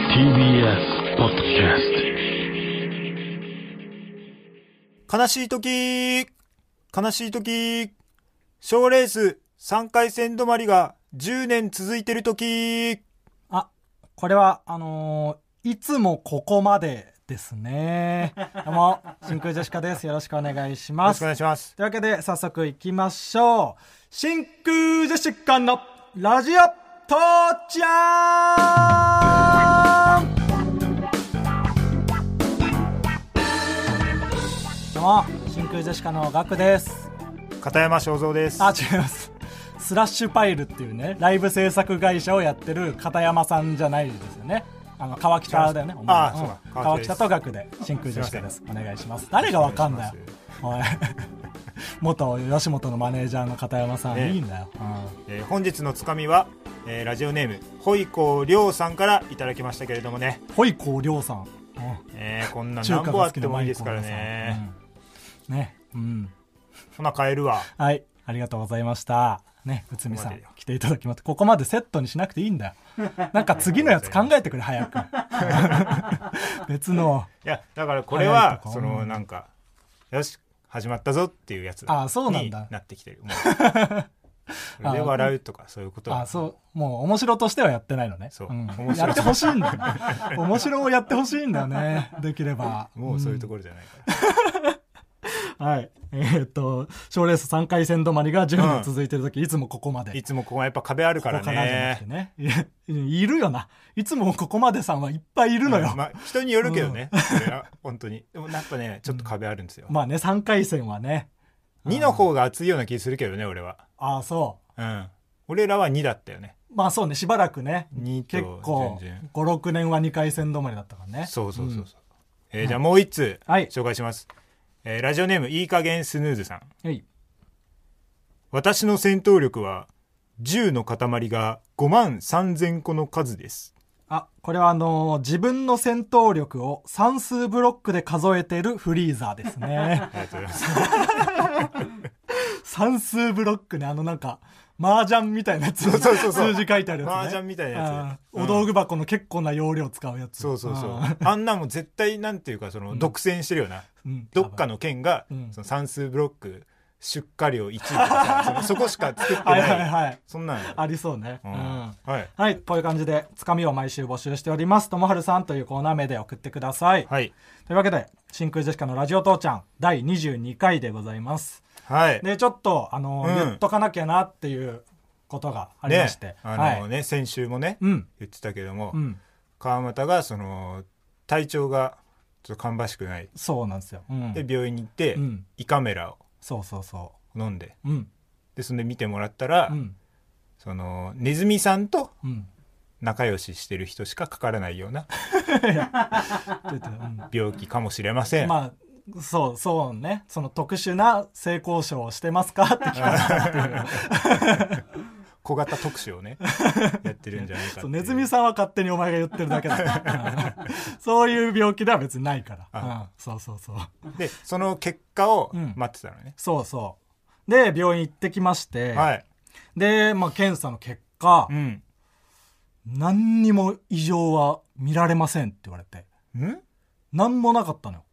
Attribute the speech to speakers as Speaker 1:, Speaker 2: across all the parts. Speaker 1: TBS ポッドキャスト
Speaker 2: 悲しい時悲しい時賞レース3回戦止まりが10年続いてる時
Speaker 3: あ、これは、あのーいつもここまでですね。 どうも、真空ジェシカです。よろしくお願いし
Speaker 2: よろ
Speaker 3: ま
Speaker 2: し
Speaker 3: す。
Speaker 2: くお願いします
Speaker 3: というわけで、早速行きましょう。真空ジェシカのラジオ父ちゃんどうも、真空ジェシカのガクです。
Speaker 2: 片山正蔵です
Speaker 3: あ、違います。スラッシュパイルっていうね、ライブ制作会社をやってる片山さんじゃないですよね。あの、川北だよね。お前
Speaker 2: あそうだ
Speaker 3: ん
Speaker 2: 川北
Speaker 3: 川
Speaker 2: です
Speaker 3: 北と学で、真空ジェシカです。お願いします。誰がわかんだよ。おい。 元吉本のマネージャーの片山さん、
Speaker 2: ね
Speaker 3: いいんだよ。
Speaker 2: えー本日のつかみは、えーラジオネームほいこりょうさんからいただきましたけれどもね、
Speaker 3: ほいこうりょうさん。うん
Speaker 2: えーこんな
Speaker 3: 中
Speaker 2: 何
Speaker 3: 華
Speaker 2: 本
Speaker 3: が
Speaker 2: あ
Speaker 3: 好
Speaker 2: っ
Speaker 3: き
Speaker 2: て
Speaker 3: な
Speaker 2: も
Speaker 3: マ
Speaker 2: いい
Speaker 3: イ
Speaker 2: で
Speaker 3: コ
Speaker 2: す
Speaker 3: ー
Speaker 2: か
Speaker 3: りょう
Speaker 2: ら
Speaker 3: さん。
Speaker 2: ね、
Speaker 3: うんね。うん。
Speaker 2: ほな買えるわ
Speaker 3: はい、ありがとうございました。ね、内海
Speaker 2: こ
Speaker 3: さ
Speaker 2: こまで
Speaker 3: ん
Speaker 2: よ、
Speaker 3: 来ていただきます。ここまでセットにしなくていいん だよ。なんか次のやつ考えてくれ、早く。別の。
Speaker 2: いやだからこれ
Speaker 3: 早い
Speaker 2: は
Speaker 3: とか
Speaker 2: そうの
Speaker 3: ん
Speaker 2: なんかよし始まったぞっていうやつ
Speaker 3: あそうなんだ
Speaker 2: になってきて るもうこれで笑うとかそういうことは
Speaker 3: あ、そう、もう面白としてはやってないのね。
Speaker 2: そうん面白
Speaker 3: やってほしいんだ よ。面白をやってほしいんだよね。できれば。
Speaker 2: もうそういうと
Speaker 3: こ
Speaker 2: ころじゃないから、
Speaker 3: はい。えーっと、賞レース3回戦止まりが10年続いてる時、いつもここまで。
Speaker 2: いつもここはやっぱ壁あるから
Speaker 3: ここからじゃなくて
Speaker 2: ね
Speaker 3: ね。いいるよな。いつもここまでさんはいっぱいいるのよ。
Speaker 2: まあ、人によるけどね、それは本当にでもやっぱねちょっと壁あるんですよ、
Speaker 3: まあね、3回戦はね。
Speaker 2: 2の方が熱いような気するけどね俺は
Speaker 3: ああ、そう。
Speaker 2: うん俺らは2だったよね
Speaker 3: まあそうね、しばらくね。
Speaker 2: 2
Speaker 3: 結
Speaker 2: と
Speaker 3: 構
Speaker 2: 全然、
Speaker 3: 5、6年は2回戦止まりだったからね。
Speaker 2: そうそうそうそう、
Speaker 3: ん
Speaker 2: えーじゃあもう1通
Speaker 3: はい
Speaker 2: 紹介します、えーラジオネームいい加減スヌーズさん
Speaker 3: はい。
Speaker 2: 私の戦闘力は10の塊が5万3000個の数です
Speaker 3: あ、これはあのー自分の戦闘力を算数ブロックで数えてるフリーザーですね
Speaker 2: あ。りがとうござい ます
Speaker 3: 算数ブロックね、あのなんか、麻雀みたいなやつ。
Speaker 2: そうそうそうそう
Speaker 3: 数字書いてあるやつ、ね。
Speaker 2: 麻雀みたいなやつ
Speaker 3: あーお道具箱の結構な容量使うやつ。
Speaker 2: そうそうそう
Speaker 3: あー
Speaker 2: あんなもん絶対なんていうかその独占してるよな、
Speaker 3: うん
Speaker 2: どっかの県が
Speaker 3: うん
Speaker 2: その算数ブロック出荷量1位とかさ そのそこしか作ってな
Speaker 3: はいいはいはい。
Speaker 2: そんなのよ
Speaker 3: ありそうね。
Speaker 2: う
Speaker 3: うんん
Speaker 2: はい
Speaker 3: はい、こういう感じで、つかみを毎週募集しております。ともはるさんというコーナー名で送ってください。
Speaker 2: はい
Speaker 3: というわけで、真空ジェシカのラジオ父ちゃん、第22回でございます。
Speaker 2: はい
Speaker 3: で、ちょっと、あの、
Speaker 2: うん
Speaker 3: 言っとかなきゃなっていうことがありまして。
Speaker 2: ねあの
Speaker 3: はい。
Speaker 2: ね、先週もね、
Speaker 3: うん。
Speaker 2: 言ってたけども、
Speaker 3: うん。
Speaker 2: 川俣がその体調がちょっと芳しくない
Speaker 3: そうなんですよ。うん。
Speaker 2: で病院に行って、
Speaker 3: うん
Speaker 2: 胃カメラを
Speaker 3: そうそうそ
Speaker 2: 飲んで
Speaker 3: う。うん。
Speaker 2: でそんで見てもらったら、
Speaker 3: うん。
Speaker 2: そのネズミさんと
Speaker 3: うん。
Speaker 2: 仲良ししてる人しかかからないような
Speaker 3: ちょっとうん
Speaker 2: 病気かもしれません、
Speaker 3: まあ、そう、そうね。その特殊な性交渉をしてますかって聞かれたって いう。
Speaker 2: 小型特集 をねやってるんじゃないかってい
Speaker 3: そううネズミさんは勝手にお前が言ってるだけだ うんそういう病気では別にないから、うん
Speaker 2: あ、
Speaker 3: そうそうそう
Speaker 2: でその結果を
Speaker 3: うん
Speaker 2: 待ってたのね、
Speaker 3: そうそうで病院行ってきまして、
Speaker 2: はい、
Speaker 3: で、まあ、検査の結果、
Speaker 2: うん、
Speaker 3: 何にも異常は見られませんって言われて
Speaker 2: うん
Speaker 3: 何もなかったのよ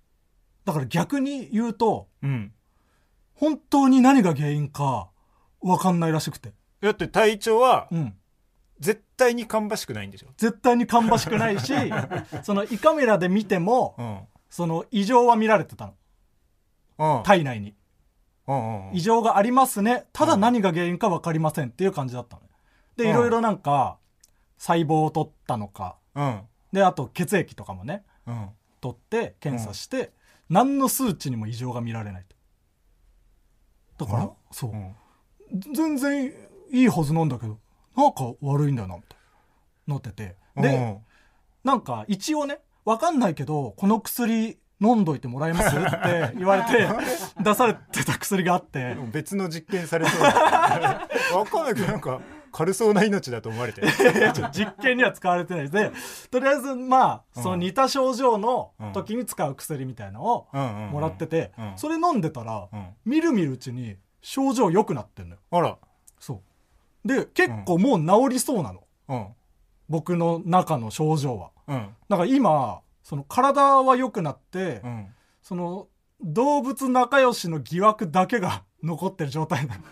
Speaker 3: だから逆に言うと
Speaker 2: うん
Speaker 3: 本当に何が原因か分かんないらしくて
Speaker 2: だって体調は
Speaker 3: うん
Speaker 2: 絶対に芳しくないんでしょ、
Speaker 3: 絶対に芳しくな いしその胃カメラで見ても
Speaker 2: うん
Speaker 3: その異常は見られてたの
Speaker 2: うん
Speaker 3: 体内に
Speaker 2: うんうん
Speaker 3: 異常がありますねただ何が原因か分かりませんっていう感じだったのね
Speaker 2: うん
Speaker 3: でいろいろなんか細胞を取ったのか
Speaker 2: うん
Speaker 3: であと血液とかもね
Speaker 2: うん
Speaker 3: 取って検査して、何の数値にも異常が見られないとだ
Speaker 2: あ
Speaker 3: から
Speaker 2: ら
Speaker 3: そう、
Speaker 2: うん
Speaker 3: 全然いいはずなんだけどなんか悪いんだよなみたいになっててで、
Speaker 2: うん
Speaker 3: なんか一応ね分かんないけどこの薬飲んどいてもらえますって言わ れて出されてた薬があって
Speaker 2: でも別の実験され そうだわかんないけどなんか軽そうな命だと思われて
Speaker 3: い やちょっと実験には使われてないでとりあえずまあその似た症状の時に使う薬みたいのをも
Speaker 2: も
Speaker 3: らってて、
Speaker 2: うん
Speaker 3: それ飲んでたら、
Speaker 2: うん
Speaker 3: みるみるうちに症状良くなってんのよ
Speaker 2: あら
Speaker 3: そうで結構もう治りそうなの、
Speaker 2: うん
Speaker 3: 僕の中の症状は
Speaker 2: うん
Speaker 3: だから今その体は良くなって、
Speaker 2: うん
Speaker 3: その動物仲良しの疑惑だけが 残ってる状態なの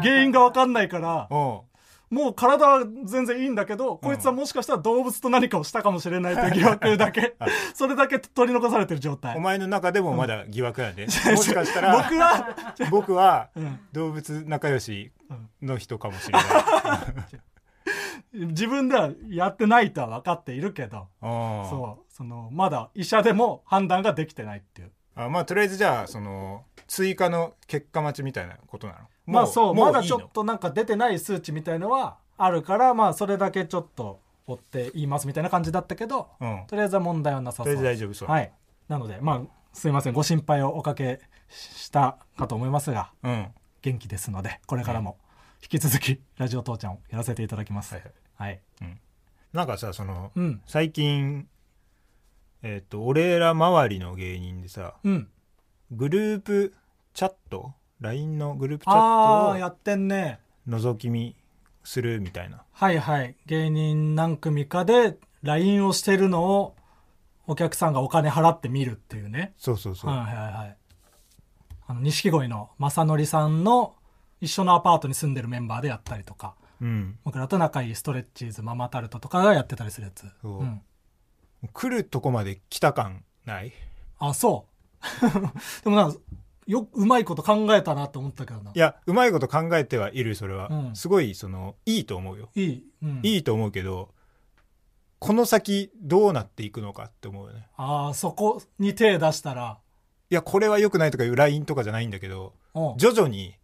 Speaker 3: 原因が分かんないから
Speaker 2: お
Speaker 3: もう体は全然いいんだけど、こいつはもしかしたら動物と何かをしたかもしれないという疑惑 だけそれだけ取り残されてる状態
Speaker 2: お前の中でもまだ疑惑や で、もしかしたら
Speaker 3: 僕は
Speaker 2: 僕は
Speaker 3: うん
Speaker 2: 動物仲良しの人かも しれない
Speaker 3: 自分ではやってないとは分かっているけど
Speaker 2: そ
Speaker 3: そうそのまだ医者でも判断ができてないっていう
Speaker 2: うんあまあとりあえずじゃあその追加の結果待ちみたいなことなの
Speaker 3: まあそうまだ
Speaker 2: いい
Speaker 3: ち
Speaker 2: の
Speaker 3: ょっとなんか出てない数値みたいのはあるからまあそれだけちょっと追って言いますみたいな感じだったけど、
Speaker 2: うん
Speaker 3: とりあえずは問題はな
Speaker 2: と
Speaker 3: さそ
Speaker 2: りあえず
Speaker 3: う
Speaker 2: 大丈夫そう、
Speaker 3: はいなのでまあすいませんご心配をおかけしたかと思いますが
Speaker 2: うんはい
Speaker 3: 元気ですのでこれからも引き続き「ラジオ父ちゃん」をやらせていただきます
Speaker 2: はい
Speaker 3: はい、
Speaker 2: なんかさその
Speaker 3: うん
Speaker 2: 最近えっ、と俺ら周りの芸人でさ
Speaker 3: うん
Speaker 2: グループチャット LINE のグループチャ
Speaker 3: ああ
Speaker 2: ッ
Speaker 3: やってんね
Speaker 2: トを覗き見するみたいな
Speaker 3: はいはい芸人何組かで LINE をしてるのをお客さんがお金払って見るっていうね
Speaker 2: そうそうそう、
Speaker 3: はいはいはいあの錦鯉の正則さんの一緒のアパートに住んでるメンバーでやったりとか
Speaker 2: うん
Speaker 3: 僕らと仲いいストレッチーズママタルトとかがやってたりするやつ、
Speaker 2: そうん来るとこまで来た感ない
Speaker 3: あそう でもなんかようまいこと考えたなと思ったけどない
Speaker 2: やうまいこと考えてはいるそれは、
Speaker 3: うん
Speaker 2: すごいそのいいと思うよ
Speaker 3: いい、うん、
Speaker 2: いいと思うけど、この先どうなっていくのかって思うよね。
Speaker 3: ああそこに手出したら
Speaker 2: いや、これは良くないとかいうラインとかじゃないんだけど、
Speaker 3: うん
Speaker 2: 徐々に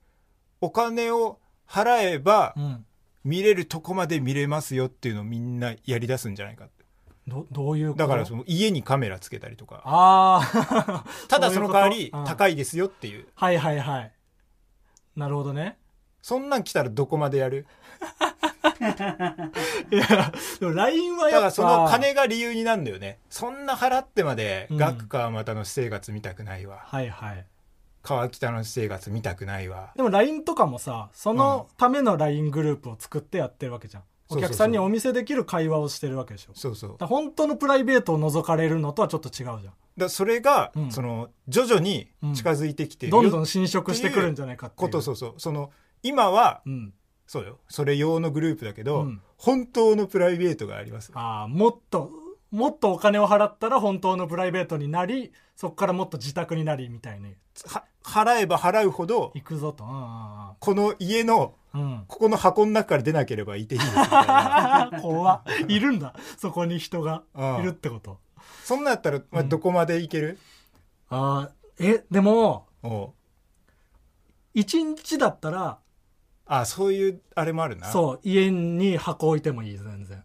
Speaker 2: お金を払えば
Speaker 3: うん
Speaker 2: 見れるとこまで見れますよっていうのをみんなやり出すんじゃないかって。
Speaker 3: どどういうこと
Speaker 2: だからその家にカメラつけたりとか、
Speaker 3: ああ
Speaker 2: ただその代わ
Speaker 3: そういう
Speaker 2: り
Speaker 3: ことうん
Speaker 2: 高いですよっていう。
Speaker 3: はいはいはいなるほどね
Speaker 2: そんなん来たらどこまでやる
Speaker 3: いやでも LINE は
Speaker 2: だ
Speaker 3: や
Speaker 2: か
Speaker 3: っぱ
Speaker 2: らその金が理由になるんだよね。そんな払ってまで
Speaker 3: うん
Speaker 2: 学川またの私生活見たくないわ。
Speaker 3: はいはい
Speaker 2: 川北の私生活見たくないわ。
Speaker 3: でも LINE とかもさそのための LINE グループを作ってやってるわけじゃん、
Speaker 2: そうそうそう
Speaker 3: お客さんにお見せできる会話をしてるわけでしょだ
Speaker 2: そうそう。
Speaker 3: から本当のプライベートを覗かれるのとはちょっと違うじゃん
Speaker 2: だそれが、
Speaker 3: うん
Speaker 2: その徐々に近づいてきてるよ
Speaker 3: どんどん侵食してくるんじゃないかっていう
Speaker 2: ことそうそうその今は
Speaker 3: うん、
Speaker 2: そうよそれ用のグループだけど、
Speaker 3: うん
Speaker 2: 本当のプライベートがあります
Speaker 3: ああもっともっとお金を払ったら本当のプライベートになりそこからもっと自宅になりみたいに
Speaker 2: は払えば払うほど
Speaker 3: 行くぞとうんうん
Speaker 2: この家の
Speaker 3: うんうん
Speaker 2: ここの箱の中から出なければいていいです みたいな
Speaker 3: 怖っいるんだそこに人が
Speaker 2: うん
Speaker 3: いるってこと
Speaker 2: そんなんやったら、まあ、
Speaker 3: うん
Speaker 2: どこまでいける、
Speaker 3: あーえでも
Speaker 2: おう
Speaker 3: 一日だったら
Speaker 2: あそういうあれもあるな
Speaker 3: そう家に箱置いてもいい全然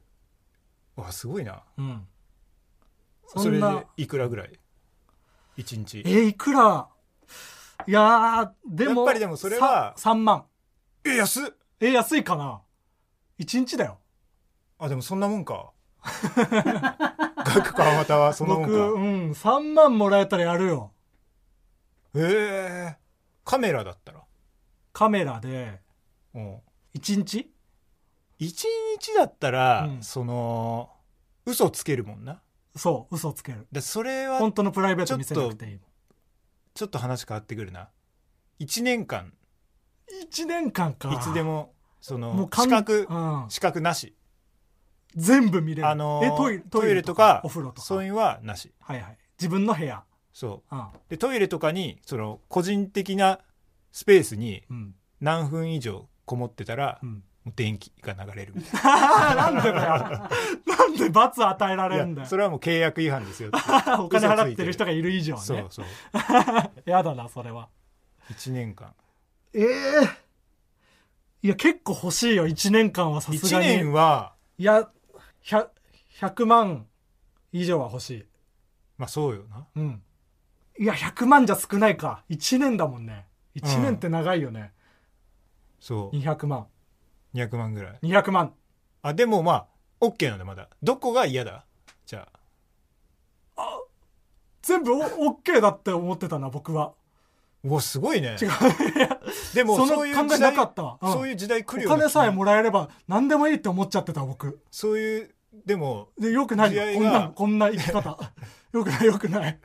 Speaker 2: うわすごいな
Speaker 3: うん
Speaker 2: そ
Speaker 3: そんな
Speaker 2: れでいくらぐらい一日
Speaker 3: えいくらいやーでも
Speaker 2: やっぱりでもそれは
Speaker 3: さ3万
Speaker 2: え安っ
Speaker 3: え安いかな1日だよ
Speaker 2: あでもそんなもんか 学科またはそんなもん
Speaker 3: 僕
Speaker 2: か
Speaker 3: うん3万もらえたらやるよ
Speaker 2: ええカメラだったら
Speaker 3: カメラで
Speaker 2: うん
Speaker 3: 1日
Speaker 2: 一日だったら、
Speaker 3: うん
Speaker 2: その嘘つけるもんな
Speaker 3: そう嘘つける
Speaker 2: でそれは
Speaker 3: 本当のプライベート見せなくていい
Speaker 2: ちょっと話変わってくるな一年間
Speaker 3: 1年間か
Speaker 2: いつでもそ
Speaker 3: もう
Speaker 2: の
Speaker 3: かん
Speaker 2: 資格
Speaker 3: うん
Speaker 2: 資格なし
Speaker 3: 全部見れる
Speaker 2: あの
Speaker 3: えトイレ
Speaker 2: トイレとか
Speaker 3: お風呂とか
Speaker 2: そういうのはなし
Speaker 3: はいはい自分の部屋
Speaker 2: そ
Speaker 3: うん
Speaker 2: うでトイレとかにその個人的なスペースに
Speaker 3: うん
Speaker 2: 何分以上こもってたら、
Speaker 3: うん
Speaker 2: もう電気が流れるみたいな
Speaker 3: なんでだよ。なんで罰与えられるん
Speaker 2: い
Speaker 3: だ
Speaker 2: や
Speaker 3: よ
Speaker 2: そ。れはもう契約違反 ですよって
Speaker 3: お金払ってる人がいる以上
Speaker 2: 嘘ついて
Speaker 3: ね
Speaker 2: る。そうそう
Speaker 3: やだな、それは。
Speaker 2: 1年間
Speaker 3: ええいや、結構欲しいよ、1年間はさす
Speaker 2: 1
Speaker 3: が
Speaker 2: 年
Speaker 3: に。
Speaker 2: はい
Speaker 3: や、100 100万以上は欲しい。
Speaker 2: まあそうよな
Speaker 3: うん。いや、100万じゃ少ないか。1年だもんね。1年って長いよね。
Speaker 2: そう
Speaker 3: 200万。
Speaker 2: 200万ぐらい
Speaker 3: 200万。
Speaker 2: あでもまあ OK なんだまだどこが嫌だじゃあ
Speaker 3: 全部オッケーだって思ってたな、僕は。
Speaker 2: うわすごいね
Speaker 3: 違う。
Speaker 2: でも
Speaker 3: その
Speaker 2: そういう時
Speaker 3: 考
Speaker 2: 代
Speaker 3: えなかったわうん
Speaker 2: そういう時代来る
Speaker 3: お
Speaker 2: ような気
Speaker 3: 金さえもらえれば何でもいいって思っちゃってた、僕。
Speaker 2: そういうでも
Speaker 3: でよくないよ
Speaker 2: 試合が
Speaker 3: こんなこんな生き方 よくないよくない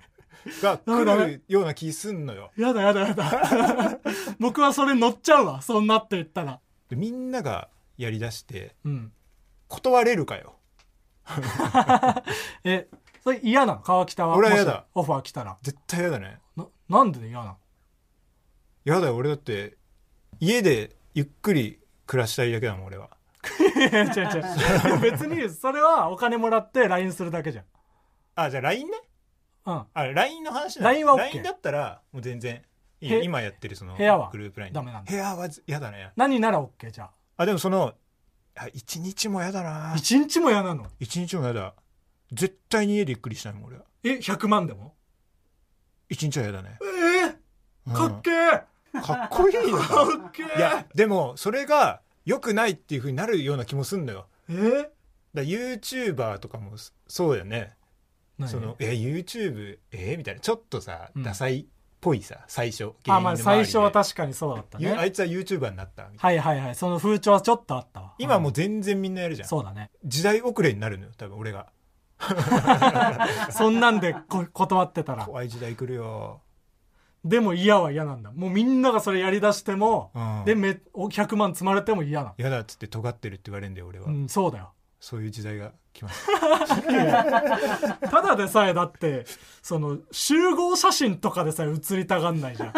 Speaker 2: が
Speaker 3: ダメダメ
Speaker 2: 来るような気すんのよ
Speaker 3: やだやだやだ 僕はそれ乗っちゃうわそんなって言ったら
Speaker 2: でみんながやりだして
Speaker 3: うん
Speaker 2: 断れるかよ
Speaker 3: えそれ嫌なの川北は
Speaker 2: 俺は嫌だ
Speaker 3: もしオファー来たら
Speaker 2: 絶対嫌だね
Speaker 3: ななんで嫌なの
Speaker 2: 嫌だよ俺だって家でゆっくり暮らしたいだけだもん俺はい
Speaker 3: や違う違ういや別にそれはお金もらって LINE するだけじゃん
Speaker 2: あじゃあ LINE ね
Speaker 3: うん
Speaker 2: あ LINE の話な
Speaker 3: LINE は OK
Speaker 2: だったらもう全然いい
Speaker 3: へ
Speaker 2: よ今やってるその
Speaker 3: 部屋は
Speaker 2: グループ LINE
Speaker 3: ダメなんだ
Speaker 2: 部屋はず嫌だね
Speaker 3: 何なら OK じゃ
Speaker 2: あでもそのあ一日も嫌だな
Speaker 3: あ一日も嫌なの
Speaker 2: 一日も嫌だ絶対に家でゆっくりしたいもん俺は
Speaker 3: え100万でも
Speaker 2: 一日は嫌だね、
Speaker 3: え
Speaker 2: う
Speaker 3: え
Speaker 2: ん
Speaker 3: かっけえ
Speaker 2: かっこいいよ
Speaker 3: かっけえ
Speaker 2: いやでもそれが良くないっていう風になるような気もすんのよ
Speaker 3: え
Speaker 2: だ YouTuber とかもそそうだよね
Speaker 3: 何
Speaker 2: そのえ YouTube えみたいなちょっとさ、
Speaker 3: うん
Speaker 2: ダサいっぽいさ最初
Speaker 3: あま
Speaker 2: 芸人の周
Speaker 3: あ
Speaker 2: りで
Speaker 3: 最初は確かにそうだった
Speaker 2: ゆあ
Speaker 3: ね
Speaker 2: いつは YouTuber になったみたいな
Speaker 3: はいはいはいその風潮はちょっとあったわ
Speaker 2: 今もうん全然みんなやるじゃん、
Speaker 3: そうだね
Speaker 2: 時代遅れになるのよ多分俺が
Speaker 3: そんなんでこ 断ってたら
Speaker 2: 怖い時代来るよ
Speaker 3: でも嫌は嫌なんだもうみんながそれやりだしても、
Speaker 2: うん
Speaker 3: でめお100万積まれても嫌な
Speaker 2: 嫌だっつって尖ってるって言われるんだよ俺は、
Speaker 3: うんそうだよ
Speaker 2: そういう時代が来 ます
Speaker 3: ただでさえだってその集合写真とかでさえ写りたがんないじ ゃん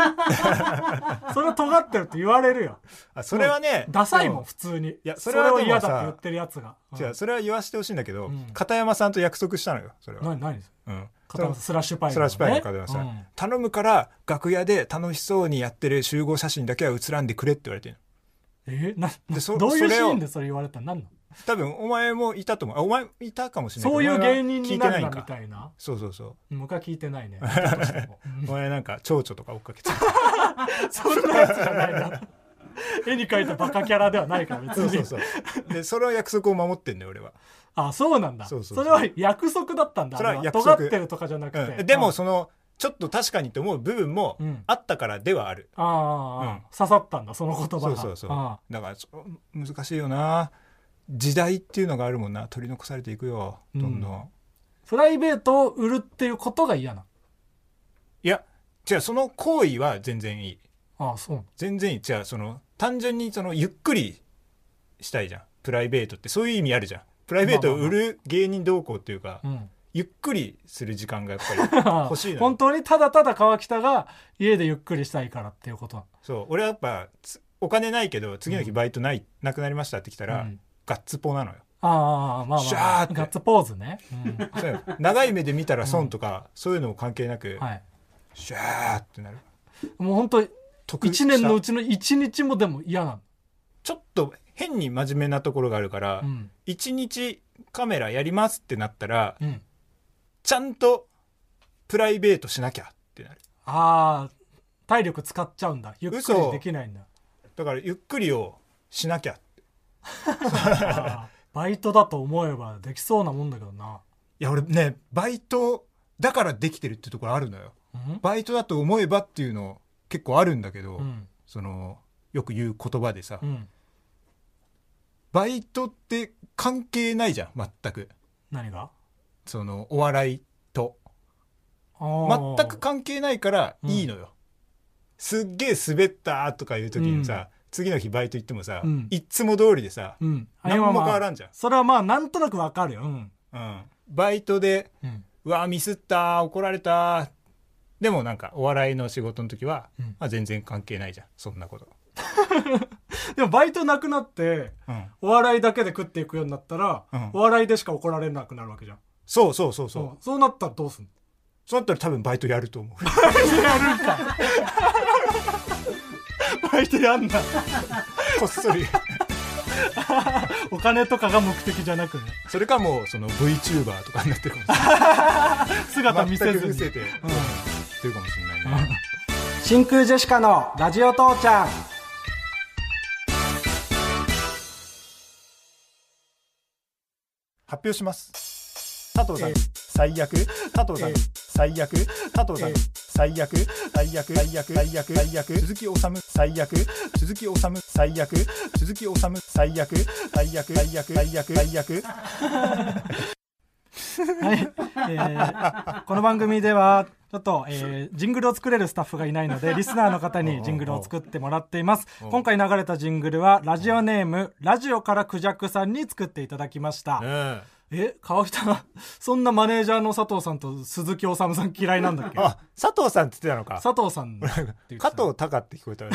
Speaker 3: それは尖ってるって言われるよ
Speaker 2: あそれはね
Speaker 3: ダサいも
Speaker 2: で
Speaker 3: ん普通にい
Speaker 2: やそれはでもさ
Speaker 3: 嫌だって言ってるやつが、うん、
Speaker 2: じゃあそれは言わせてほしいんだけど、
Speaker 3: うん
Speaker 2: 片山さんと約束したのよそれは、
Speaker 3: 何何です
Speaker 2: うん、
Speaker 3: 片山さんスラッシュパイ
Speaker 2: スラッシュパイの片山
Speaker 3: ね
Speaker 2: さん、
Speaker 3: うん
Speaker 2: 頼むから楽屋で楽しそうにやってる集合写真だけは写らんでくれって言われてる
Speaker 3: えな
Speaker 2: でそ
Speaker 3: どういう
Speaker 2: そ
Speaker 3: シ
Speaker 2: れを
Speaker 3: ーンでそれ言われたの何なの
Speaker 2: 多分お前もいたと思うあお前いたかもしれない
Speaker 3: そういう芸人
Speaker 2: 聞
Speaker 3: に
Speaker 2: いて
Speaker 3: な
Speaker 2: な
Speaker 3: る
Speaker 2: い
Speaker 3: なんみ
Speaker 2: か
Speaker 3: たいな
Speaker 2: そうそうそう
Speaker 3: 僕は聞いてないねだとしても うん
Speaker 2: お前なんか蝶々とか追っか けてた
Speaker 3: そんなやつじゃないな。 絵に描いたバカキャラではないから別
Speaker 2: そう
Speaker 3: に。
Speaker 2: そうそうでその約束を守ってんだよ俺は、
Speaker 3: あ、そうなんだ。
Speaker 2: そうそうそう
Speaker 3: れは約束だったんだ。
Speaker 2: それは
Speaker 3: あの
Speaker 2: 約束
Speaker 3: 尖ってるとかじゃなくて。
Speaker 2: うん、でも
Speaker 3: あ
Speaker 2: そのちょっと確かにと思う部分も
Speaker 3: うん
Speaker 2: あったからではある、
Speaker 3: あああ、
Speaker 2: うん
Speaker 3: 刺さったんだ、その言葉
Speaker 2: そ
Speaker 3: が。
Speaker 2: うそうそう
Speaker 3: あ
Speaker 2: だからそ難しいよな時代っていうのがあるもんな取り残されていくよどんどん、
Speaker 3: あプライベートを売るっていうことが嫌な。
Speaker 2: いや違うその行為は全然いい
Speaker 3: ああ、そう。
Speaker 2: 全然いいじゃあその単純にそのゆっくりしたいじゃんプライベートってそういう意味あるじゃんプライベートを売る芸人同行っていうか、
Speaker 3: うん。
Speaker 2: ゆっくりする時間がやっぱり 欲しいの
Speaker 3: 本当にただただ川北が家でゆっくりしたいからっていうこと
Speaker 2: そう俺はやっぱつお金ないけど次の日バイトない、なくなりましたって来たら、
Speaker 3: うん
Speaker 2: ガッツポなのよ
Speaker 3: ああああ、まあまあ、
Speaker 2: シャーって
Speaker 3: ガッツポーズね。うん
Speaker 2: そうよ長い目で見たら損とか、そういうのも関係なく、
Speaker 3: はい。
Speaker 2: シャーってなる
Speaker 3: もう本当
Speaker 2: 得
Speaker 3: 一年のう
Speaker 2: ち
Speaker 3: ちの一日もでも嫌な
Speaker 2: ちょっと変に真面目なところがあるから
Speaker 3: の。うん。
Speaker 2: 一、日カメラやりますってなったら、
Speaker 3: うん。
Speaker 2: ちゃんとプライベートしなきゃってなる
Speaker 3: ああ体力使っちゃうんだゆっくりできないんだ
Speaker 2: だからゆっくりをしなきゃ
Speaker 3: あーバイトだと思えばできそうなもんだけどない
Speaker 2: や俺ねバイトだからできてるってところあるのよ
Speaker 3: うん、
Speaker 2: バイトだと思えばっていうの結構あるんだけど、
Speaker 3: うん
Speaker 2: そのよく言う言葉でさ、
Speaker 3: うん、
Speaker 2: バイトって関係ないじゃん全く
Speaker 3: 何が
Speaker 2: そのお笑いと
Speaker 3: あー
Speaker 2: 全く関係ないからいいのよ、すっげえ滑ったとかいう時にさ、次の日バイト行ってもさ、
Speaker 3: うん
Speaker 2: いっつも通りでさ、
Speaker 3: うんあ
Speaker 2: 何も
Speaker 3: まあ
Speaker 2: 変わらんじゃん
Speaker 3: それはまあなんとなくわかるようん、
Speaker 2: うん、バイトで
Speaker 3: うん、
Speaker 2: うわミスった怒られたでもなんかお笑いの仕事の時は、
Speaker 3: うん
Speaker 2: まあ、全然関係ないじゃんそんなこと、
Speaker 3: でもバイトなくなって
Speaker 2: うん、
Speaker 3: お笑いだけで食っていくようになったら、
Speaker 2: うん
Speaker 3: お笑いでしか怒られなくなるわけじゃん
Speaker 2: そうそうそうそう、
Speaker 3: んそうなったらどうすんの
Speaker 2: そうなったら多分バイトやると 思う
Speaker 3: バイトやんな
Speaker 2: こっそり
Speaker 3: お金とかが目的じゃなくね
Speaker 2: それかもうその VTuber とかになってるかもしれない
Speaker 3: 姿見せ
Speaker 2: 全く
Speaker 3: ず
Speaker 2: 伏
Speaker 3: に
Speaker 2: せて、うん、っていうかもしれないね、
Speaker 3: 真空ジェシカのラジオ父ちゃん
Speaker 2: 発表します佐藤さん、
Speaker 3: ええ
Speaker 2: 最悪佐藤さん、
Speaker 3: ええ
Speaker 2: 最悪佐藤さん、
Speaker 3: ええ
Speaker 2: 最悪最悪最悪最悪最悪鈴木治最悪鈴木治最悪鈴木治最悪最悪最悪最悪最悪
Speaker 3: はい、えーこの番組ではちょっと、えージングルを作れるスタッフがいな いのでリスナーの方にジングルを作ってもらっています今回流れたジングルはラジオネームラジオからクジャクさんに作っていただきました、
Speaker 2: うん
Speaker 3: え川北がそんなマネージャーの佐藤さんと鈴木治さん嫌いな んだっけ
Speaker 2: あ佐藤さんって言ってたのか
Speaker 3: 佐藤さんって言って
Speaker 2: 加
Speaker 3: た
Speaker 2: 藤隆って聞こえた よ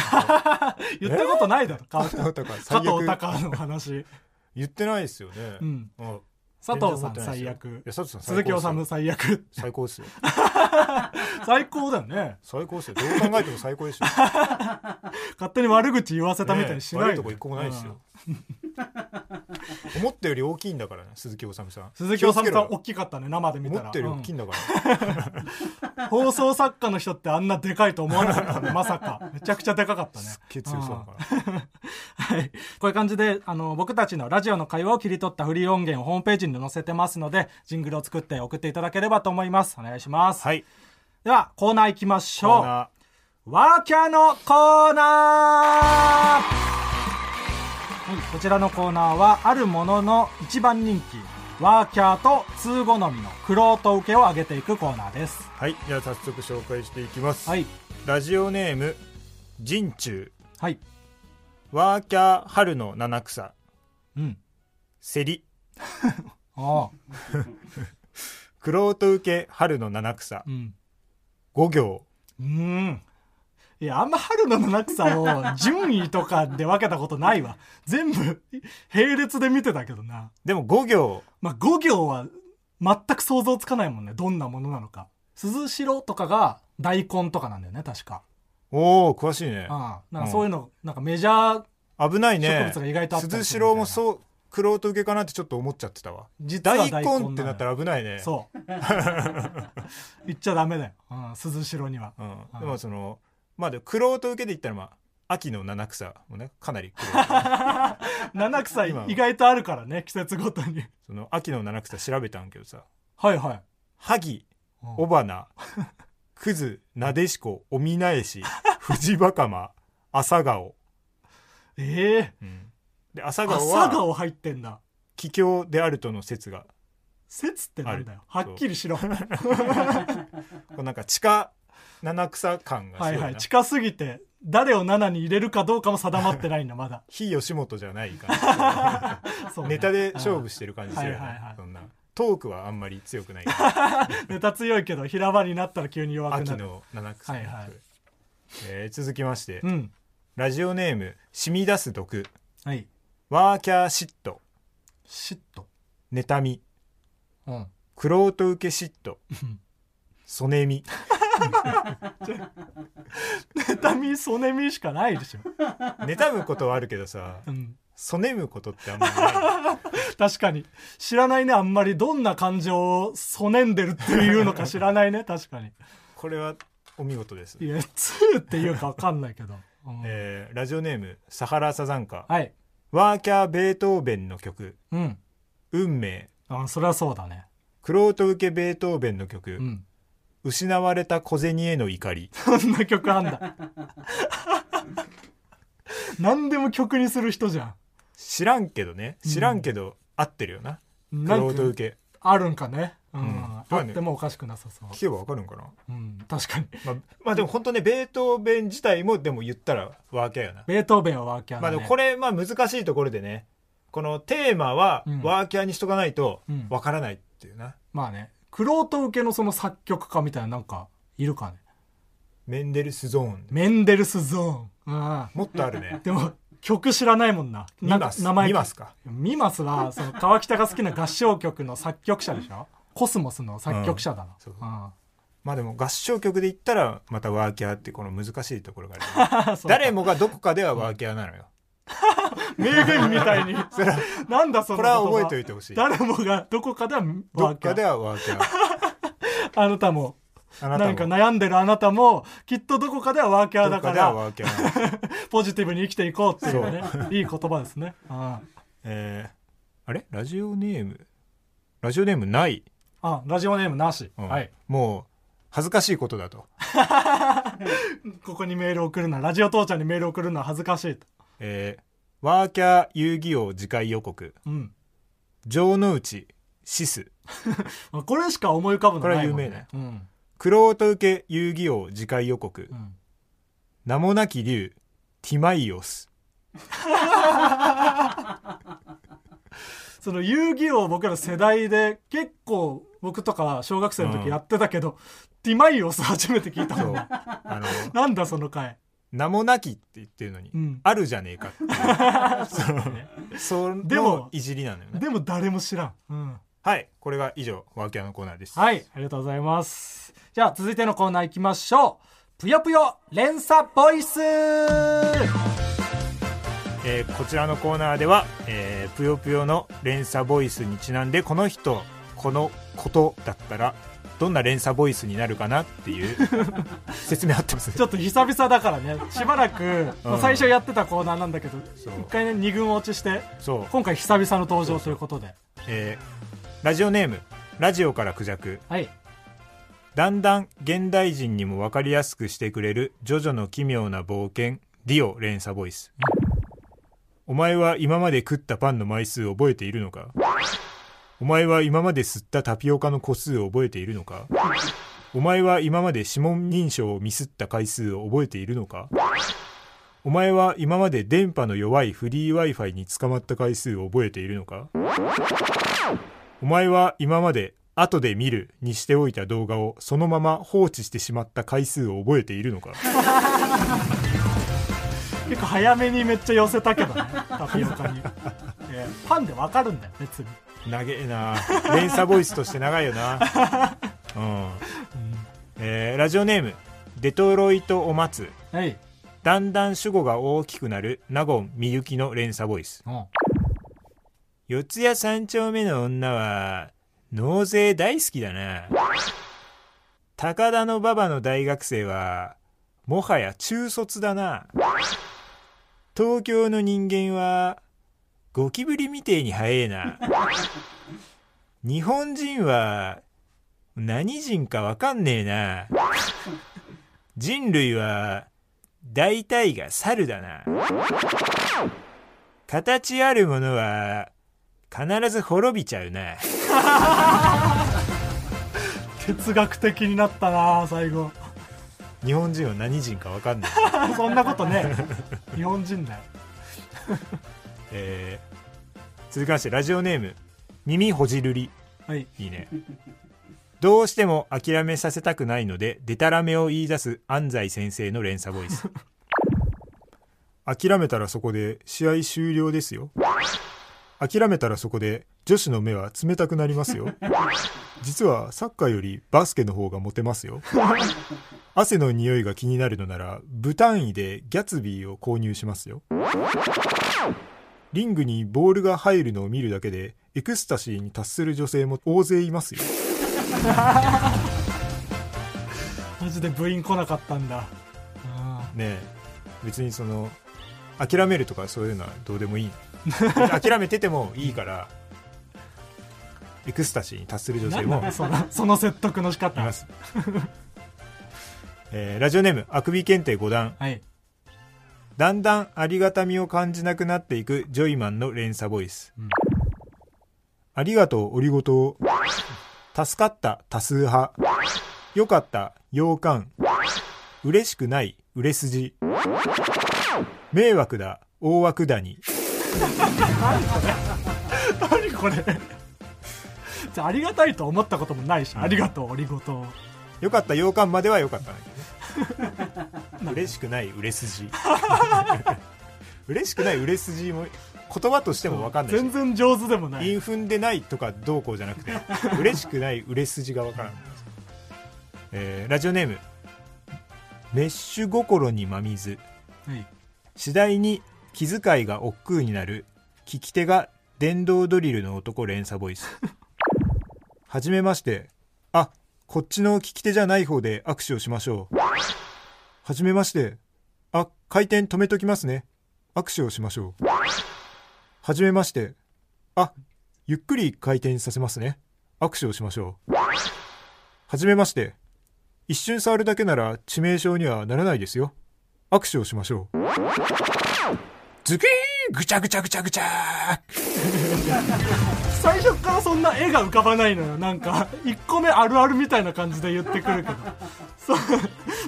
Speaker 3: 言ったことないだろ川
Speaker 2: 加
Speaker 3: 北
Speaker 2: 藤隆
Speaker 3: 加
Speaker 2: 最
Speaker 3: 藤
Speaker 2: 悪
Speaker 3: 隆の 話、
Speaker 2: 言ってないですよね
Speaker 3: うん、
Speaker 2: あ
Speaker 3: 佐藤さ
Speaker 2: 全然思ってない
Speaker 3: ん
Speaker 2: です
Speaker 3: 最
Speaker 2: よい
Speaker 3: 悪
Speaker 2: や佐藤さん
Speaker 3: 鈴木治最悪
Speaker 2: 最高ですよ
Speaker 3: 最高だよね
Speaker 2: 最高ですよどう考えても最高です よ
Speaker 3: 勝手に悪口言わせたみたいにしない
Speaker 2: 悪い
Speaker 3: で
Speaker 2: とこ一個もないですよ思ったより大きいんだからね鈴木治さん
Speaker 3: 鈴木治さ
Speaker 2: 気をつ
Speaker 3: ん
Speaker 2: けろよ
Speaker 3: 大きかったね生で見
Speaker 2: 思
Speaker 3: たら
Speaker 2: ったより大きいんだから、
Speaker 3: うん放送作家の人ってあんなでかいと思わなかっ たねまさかめちゃくちゃでかかったね
Speaker 2: すっげえ強そうだから
Speaker 3: はい、こういう感じであの僕たちのラジオの会話を切り取ったフリー音源をホームページに載せてますのでジングルを作って送っていただければと思いますお願いします、
Speaker 2: はい
Speaker 3: ではコーナー行きまし
Speaker 2: コー
Speaker 3: ょ
Speaker 2: ナ
Speaker 3: うワーキャーのコーナーはい、こちらのコーナーはあるものの一番人気ワーキャーと通好みのクロート受けを上げていくコーナーです
Speaker 2: ーはいじゃあ早速紹介していきます、
Speaker 3: はい
Speaker 2: ラジオネーム陣中
Speaker 3: はい
Speaker 2: ワーキャー春の七草
Speaker 3: うん
Speaker 2: セリ
Speaker 3: ああ
Speaker 2: クロート受け春の七草
Speaker 3: うん
Speaker 2: 五行
Speaker 3: うーん。いや、あんま春の七草を順位とかで分けたことないわ。全部、並列で見てたけどな。
Speaker 2: でも五行
Speaker 3: まあ、5行は全く想像つかないもんね。どんなものなのか。鈴代とかが大根とかなんだよね、確か。
Speaker 2: おお詳しいね
Speaker 3: ああなんかそういうの、なんかメジャー、
Speaker 2: 危ないね
Speaker 3: 植物が意外とあったり
Speaker 2: 鈴
Speaker 3: するみたいな
Speaker 2: 代もそうクロート受けかなってちょっと思っちゃってたわ
Speaker 3: 実は
Speaker 2: 大
Speaker 3: 大根
Speaker 2: 根って
Speaker 3: のよ
Speaker 2: なったら危ないね
Speaker 3: そう。 言っちゃダメだよ。うん、鈴代 には。
Speaker 2: うん
Speaker 3: い
Speaker 2: でもそのまあでもクロート受けで言ったらまあ秋の七草もねかなり玄人
Speaker 3: 七草意外とあるからね、季節ごとに。
Speaker 2: その秋の七草調べたんけどさ
Speaker 3: はいはい。
Speaker 2: 萩
Speaker 3: うん
Speaker 2: 尾花クズなでしこおみなえ し藤バカマ朝顔、
Speaker 3: ええ
Speaker 2: うん、で朝顔
Speaker 3: 朝
Speaker 2: は
Speaker 3: 顔入ってんだ。
Speaker 2: 桔梗であるとの説が
Speaker 3: 説ってなんだよは
Speaker 2: ある
Speaker 3: っきりしろ は
Speaker 2: こうなんか地下七草感がすごい
Speaker 3: い
Speaker 2: な、
Speaker 3: はい近すぎて誰を7に入れるかどうかも定まってないんだまだ
Speaker 2: 非吉本じゃない感
Speaker 3: そう
Speaker 2: じ
Speaker 3: ね
Speaker 2: ネタで勝負してる感じするよね、
Speaker 3: はいはいはい
Speaker 2: そんなトークはあんまり強く ないから
Speaker 3: うんネタ強いけど平場になったら急に弱く
Speaker 2: 秋
Speaker 3: なる
Speaker 2: の七草、
Speaker 3: はいはい
Speaker 2: えー続きまして、
Speaker 3: うん
Speaker 2: ラジオネーム「染み出す毒
Speaker 3: はい」
Speaker 2: ワーキャー嫉妬
Speaker 3: 嫉妬
Speaker 2: 妬み
Speaker 3: うん
Speaker 2: クロート受け嫉 妬ソネミ
Speaker 3: 妬みそねみしかないでしょ、
Speaker 2: 妬むことはあるけどさ
Speaker 3: うん、
Speaker 2: そねむことってあんまりない
Speaker 3: 確かに知らないねあんまりどんな感情をそねんでるっていうのか知らないね 確かに
Speaker 2: これはお見事です、
Speaker 3: いやつーっていうか分かんないけど、 うん
Speaker 2: えーラジオネームサハラサザンカ、
Speaker 3: はい
Speaker 2: ワーキャーベートーベンの曲
Speaker 3: うん
Speaker 2: 「運命
Speaker 3: あそれはそうだね」
Speaker 2: クロート受けベートーベンの曲「
Speaker 3: うん
Speaker 2: 失われた小銭への怒り
Speaker 3: そんな曲あんだ。 何でも曲にする人じゃ」。
Speaker 2: 知らんけどね知らんけど、合ってるよなんク
Speaker 3: な
Speaker 2: ロ
Speaker 3: ん
Speaker 2: ート
Speaker 3: か
Speaker 2: 受け
Speaker 3: あるんかね。うん。
Speaker 2: ん
Speaker 3: あってもおかしくなさそう。
Speaker 2: 聞けばわかるんかな
Speaker 3: うん、確かに。
Speaker 2: まあ、まあでも本当ねベートーベン自体もでも言ったらワーキャーよな、
Speaker 3: ベートーベンはワーキャー
Speaker 2: ま
Speaker 3: だ、
Speaker 2: あ
Speaker 3: ね。
Speaker 2: でもこれまあ難しいところでねこのテーマは
Speaker 3: うん
Speaker 2: ワーキャーにしとかないと
Speaker 3: うん
Speaker 2: わからないっていうな、
Speaker 3: まあね。クロート受けのその作曲家みたいななんか、いるかね。
Speaker 2: メンデルスゾーン
Speaker 3: メンデルスゾーン。うん。
Speaker 2: もっとあるね
Speaker 3: でも、曲知らないもんな。
Speaker 2: ミ
Speaker 3: なん
Speaker 2: マ
Speaker 3: か
Speaker 2: ス
Speaker 3: 名前
Speaker 2: ミマスか
Speaker 3: ミマスは、その、川北が好きな合唱曲の作曲者でしょコスモスの作曲者だな。
Speaker 2: そう
Speaker 3: うん
Speaker 2: まあでも合唱曲で言ったらまたワーキャーってこの難しいところがある、ね、
Speaker 3: そう
Speaker 2: 誰もがどこかではワーキャーなのよ
Speaker 3: 名言みた いに。なんだその
Speaker 2: これは
Speaker 3: 言葉
Speaker 2: 覚えておいてほしいど
Speaker 3: 誰もがどこかでは
Speaker 2: っかではワーキャー
Speaker 3: あなたも
Speaker 2: あなたも
Speaker 3: なんか悩んでるあなたもきっとどこかではワーキャー
Speaker 2: ど
Speaker 3: だ
Speaker 2: っか
Speaker 3: か
Speaker 2: では
Speaker 3: ら
Speaker 2: ワーキャ ーなの
Speaker 3: ポジティブに生きていこうっていうねいい言葉ですねあ
Speaker 2: えーあれラジオネームラジオネームない、
Speaker 3: あラジオネームなし、
Speaker 2: うん
Speaker 3: はい
Speaker 2: も恥ずかしいことだと、
Speaker 3: ここにメール送るのはラジオ父ちゃんにメール送るのは恥ずかしいと
Speaker 2: えーワーキャー遊戯王次回予告
Speaker 3: うん
Speaker 2: 城之内シス
Speaker 3: まあこれしか思い浮かぶのないもん
Speaker 2: これは
Speaker 3: 有名ね
Speaker 2: クロート受け遊戯王次回予告
Speaker 3: うん、うん、
Speaker 2: 名もなき竜ティマイオス
Speaker 3: その遊戯王僕ら世代で結構僕とか小学生の時やってたけど、ティマイオス初めて聞いた
Speaker 2: そ
Speaker 3: もん
Speaker 2: う
Speaker 3: な
Speaker 2: あの
Speaker 3: なんだその回
Speaker 2: 名もなきって言ってるのに、
Speaker 3: うん
Speaker 2: あるじゃねえかって いうその
Speaker 3: でも
Speaker 2: いじりなのよね
Speaker 3: でも誰も知らん、うん、
Speaker 2: はいこれが以上ワーキャーのコーナーです
Speaker 3: はいありがとうございますじゃあ続いてのコーナー行きましょうぷよぷよ連鎖ボイス
Speaker 2: えーこちらのコーナーでは、えーぷよぷよの連鎖ボイスにちなんでこの人このことだったらどんな連鎖ボイスになるかなっていう説明あってますね
Speaker 3: ちょっと久々だからねしばらく、まあ最初やってたコーナーなんだけど
Speaker 2: そう
Speaker 3: 一回ね二軍落ちして
Speaker 2: そう、
Speaker 3: 今回久々の登場ということで
Speaker 2: えーラジオネームラジオからクジャク
Speaker 3: はい
Speaker 2: だんだん現代人にも分かりやすくしてくれるジョジョの奇妙な冒険ディオ連鎖ボイスお前は今まで食ったパンの枚数を覚えているのかお前は今まで吸ったタピオカの個数を覚えているのかお前は今まで指紋認証をミスった回数を覚えているのかお前は今まで電波の弱いフリー Wi-Fi に捕まった回数を覚えているのかお前は今まで後で見るにしておいた動画をそのまま放置してしまった回数を覚えているのか
Speaker 3: 結構早めにめっちゃ寄せたけどね タピオカに、えーパンでわかるんだよ別に
Speaker 2: 長えな連鎖ボイスとして長いよなうん、えーラジオネームデトロイトを待つ
Speaker 3: はい
Speaker 2: だんだん主語が大きくなる納言みゆきの連鎖ボイス
Speaker 3: うん
Speaker 2: 四谷三丁目の女は納税大好きだな高田の馬場の大学生はもはや中卒だな東京の人間はゴキブリみてえに早えな日本人は何人かわかんねえな人類は大体が猿だな形あるものは必ず滅びちゃうな
Speaker 3: 哲学的になったな最後
Speaker 2: 日本人は何人か分かんない、
Speaker 3: そんなことね日本人だよ
Speaker 2: えー続きましてラジオネーム耳ほじるり
Speaker 3: はい
Speaker 2: いいねどうしても諦めさせたくないのでデタラメを言い出す安西先生の連鎖ボイス諦めたらそこで試合終了ですよ諦めたらそこで女子の目は冷たくなりますよ実はサッカーよりバスケの方がモテますよ汗の匂いが気になるのなら部単位でギャツビーを購入しますよリングにボールが入るのを見るだけでエクスタシーに達する女性も大勢いますよ
Speaker 3: マジで部員来なかったんだあ
Speaker 2: ねえ別にその諦めるとかそういうのはどうでもいい 諦めててもいいからエクスタシーに達する
Speaker 3: ー
Speaker 2: 女性
Speaker 3: なん
Speaker 2: も
Speaker 3: だそのその説得の仕
Speaker 2: い
Speaker 3: 方
Speaker 2: ます、えーラジオネームあくび検定5段
Speaker 3: はい
Speaker 2: だんだんありがたみを感じなくなっていくジョイマンの連鎖ボイス、
Speaker 3: うん
Speaker 2: ありがとうオリゴ糖助かった多数派よかった洋館嬉しくない売れ筋迷惑だ大涌谷
Speaker 3: 何これじゃあありがたいと思ったこともないし、ありがとうオリゴ糖
Speaker 2: よかった洋館まではよかったんだけどね嬉しくない売れ筋 嬉しくない売れ筋も言葉としても分かんないし
Speaker 3: 全然上手でもない
Speaker 2: 韻踏んでないとかどうこうじゃなくて嬉しくない売れ筋がわからん、えーラジオネームメッシュ心に真水
Speaker 3: はい
Speaker 2: 次第に気遣いが億劫になる聞き手が電動ドリルの男連鎖ボイスはじめましてあこっちの聞き手じゃない方で握手をしましょうはじめましてあ回転止めときますね握手をしましょうはじめましてあゆっくり回転させますね握手をしましょうはじめまして一瞬触るだけなら致命傷にはならないですよ握手をしましょうズキーンぐちゃぐちゃぐちゃぐちゃ
Speaker 3: 最初からそんな絵が浮かばないのよなん か1個目あるあるみたいな感じで言ってくるけどそ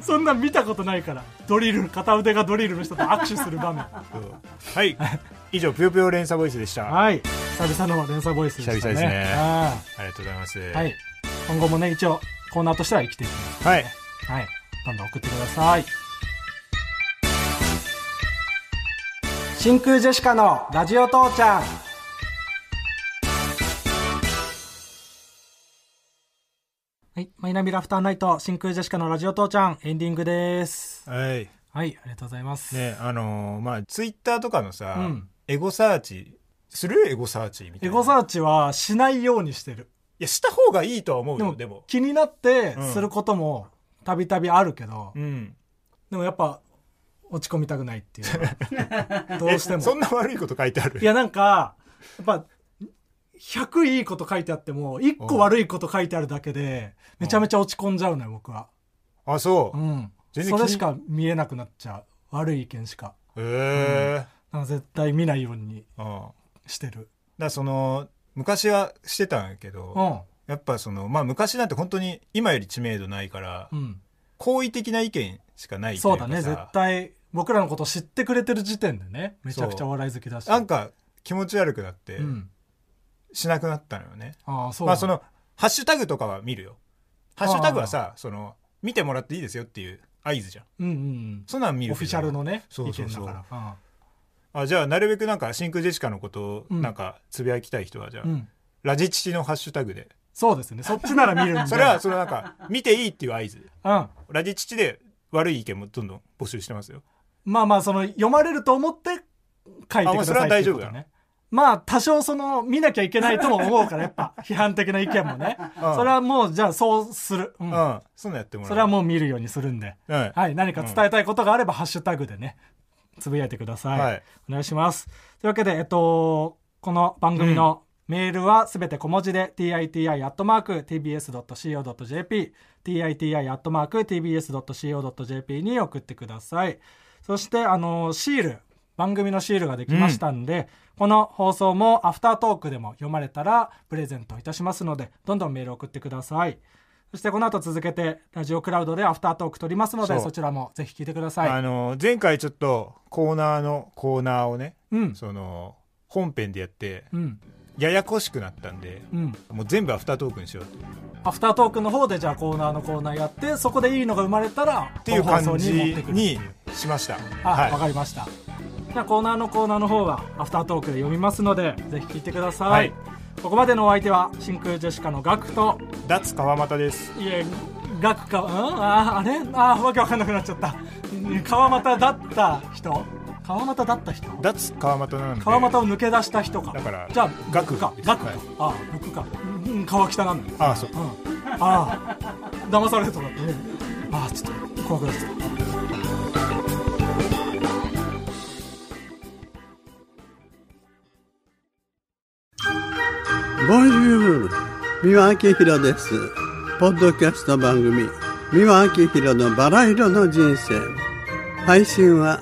Speaker 3: そんな見たことないからドリル片腕がドリルの人と握手する場面
Speaker 2: はい以上ぷよぷよ連鎖ボイスでしたあ
Speaker 3: はい久々の連鎖ボイスでしたね
Speaker 2: 久々ですね
Speaker 3: あ
Speaker 2: りがとうございます
Speaker 3: あはい今後もね一応コーナーとしては生きていきます
Speaker 2: はい
Speaker 3: はいどんどん送ってください真空ジェシカのラジオ父ちゃんはいマイナビラフターナイト真空ジェシカのラジオ父ちゃんエンディングです
Speaker 2: はい
Speaker 3: はいありがとうございます、
Speaker 2: ねあのーまあツイッターとかのさ、
Speaker 3: うん
Speaker 2: エゴサーチするエゴサーチみたい
Speaker 3: エ
Speaker 2: な
Speaker 3: ゴサーチはしないようにしてる
Speaker 2: いやした方がいいとは思う
Speaker 3: で
Speaker 2: よ
Speaker 3: も
Speaker 2: でも
Speaker 3: 気になって
Speaker 2: うん
Speaker 3: することもたびたびあるけど、
Speaker 2: うん
Speaker 3: でもやっぱ落ち込みたくないっていうの はどうしても
Speaker 2: そんな悪いこと書いてある
Speaker 3: いやなんか、やっぱ、100いいこと書いてあっても、1個悪いこと書いてあるだけで、めちゃめちゃ落ち込んじゃうのよ、僕は。
Speaker 2: あそうう、
Speaker 3: ん。
Speaker 2: 全然気に
Speaker 3: それしか見えなくなっちゃう。悪い意見しか。
Speaker 2: へえ
Speaker 3: だから絶対見ないように
Speaker 2: うん、だか
Speaker 3: してる。
Speaker 2: らその昔はしてたんやけど、
Speaker 3: うん。
Speaker 2: やっぱそのまあ昔なんて本当に今より知名度ないから、
Speaker 3: うん。
Speaker 2: 好意的な意見しかないとい
Speaker 3: そう
Speaker 2: かさ
Speaker 3: だね、絶対。僕らのこと知ってくれてる時点でね、めちゃくちゃお笑い好きだし。
Speaker 2: なんか気持ち悪くなって
Speaker 3: うん。
Speaker 2: しなくなったのよね、
Speaker 3: ああ、そう
Speaker 2: まあ
Speaker 3: だ
Speaker 2: そのハッシュタグとかは見るよハッシュタグはさその見てもらっていいですよっていう合図じゃん
Speaker 3: うんうん
Speaker 2: そんなん見
Speaker 3: うん。
Speaker 2: る
Speaker 3: オ
Speaker 2: け
Speaker 3: フ
Speaker 2: ど
Speaker 3: ィシャルのね、
Speaker 2: そうそうそう
Speaker 3: 意見だから。
Speaker 2: あじゃあなるべくなんか真空ジェシカのことを
Speaker 3: うん
Speaker 2: なんかつぶやきたい人はじゃあ、
Speaker 3: うん。うん
Speaker 2: ラジチチのハッシュタグで
Speaker 3: そうですね、そっちなら見るんで。
Speaker 2: それは、そのなんか見ていいっていう合図
Speaker 3: うん。
Speaker 2: ラジチチで悪い意見もどんどん募集してますよ
Speaker 3: まあまあその読まれると思って書いて
Speaker 2: あまあ
Speaker 3: くだ
Speaker 2: それ
Speaker 3: さ
Speaker 2: はい
Speaker 3: って
Speaker 2: 大丈
Speaker 3: いう
Speaker 2: 夫
Speaker 3: こと
Speaker 2: だ
Speaker 3: ね。まあ多少その見なきゃいけないとも思うからやっぱ批判的な意見もね。
Speaker 2: うん
Speaker 3: それはもうじゃあそうする。う
Speaker 2: うんん、そんなんやってもらう
Speaker 3: それはもう見るようにするんで。
Speaker 2: うんはい、
Speaker 3: はい。何か伝えたいことがあればハッシュタグでね、つぶやいてください。
Speaker 2: はい
Speaker 3: お願いします。というわけで、えっと、この番組のメールはすべて小文字で、titi.tbs.co.jp、titi.tbs.co.jp に送ってください。そして、あの、シール、番組のシールができましたんで、この放送もアフタートークでも読まれたらプレゼントいたしますので、どんどんメール送ってください。そしてこの後続けて、ラジオクラウドでアフタートーク撮りますので、
Speaker 2: そう
Speaker 3: そちらもぜひ聞いてください。
Speaker 2: あの前回ちょっとコーナーのコーナーをね
Speaker 3: うん。
Speaker 2: その本編でやって
Speaker 3: うん。
Speaker 2: ややこしくなったんで
Speaker 3: うん。
Speaker 2: もう全部アフタートークにしようと
Speaker 3: アフタートークの方でじゃあコーナーのコーナーやってそこでいいのが生まれたら
Speaker 2: っていう
Speaker 3: この
Speaker 2: 感
Speaker 3: 放送
Speaker 2: じ
Speaker 3: 持ってくる
Speaker 2: にしました
Speaker 3: あわ、
Speaker 2: は
Speaker 3: かりましたじゃあコーナーのコーナーの方はアフタートークで読みますのでぜひ聞いてください、
Speaker 2: はい
Speaker 3: ここまでのお相手は真空ジェシカのガクと
Speaker 2: い脱川又です
Speaker 3: いえガクかうんあーあれあーわけわかんなくなっちゃった川又だった人川又だった人
Speaker 2: 脱川又なんで
Speaker 3: 川又を抜け出した人か
Speaker 2: だから
Speaker 3: じゃあ
Speaker 2: ガク
Speaker 3: か
Speaker 2: です
Speaker 3: ガク
Speaker 2: は
Speaker 3: か
Speaker 2: い
Speaker 3: ああ僕かうん川北なんだよ
Speaker 2: ああそう
Speaker 3: うん、ああ騙されたとだってねああちょっと怖くなっちゃった
Speaker 4: ボンジュール三輪明宏です。ポッドキャスト番組、三輪明宏のバラ色の人生。配信は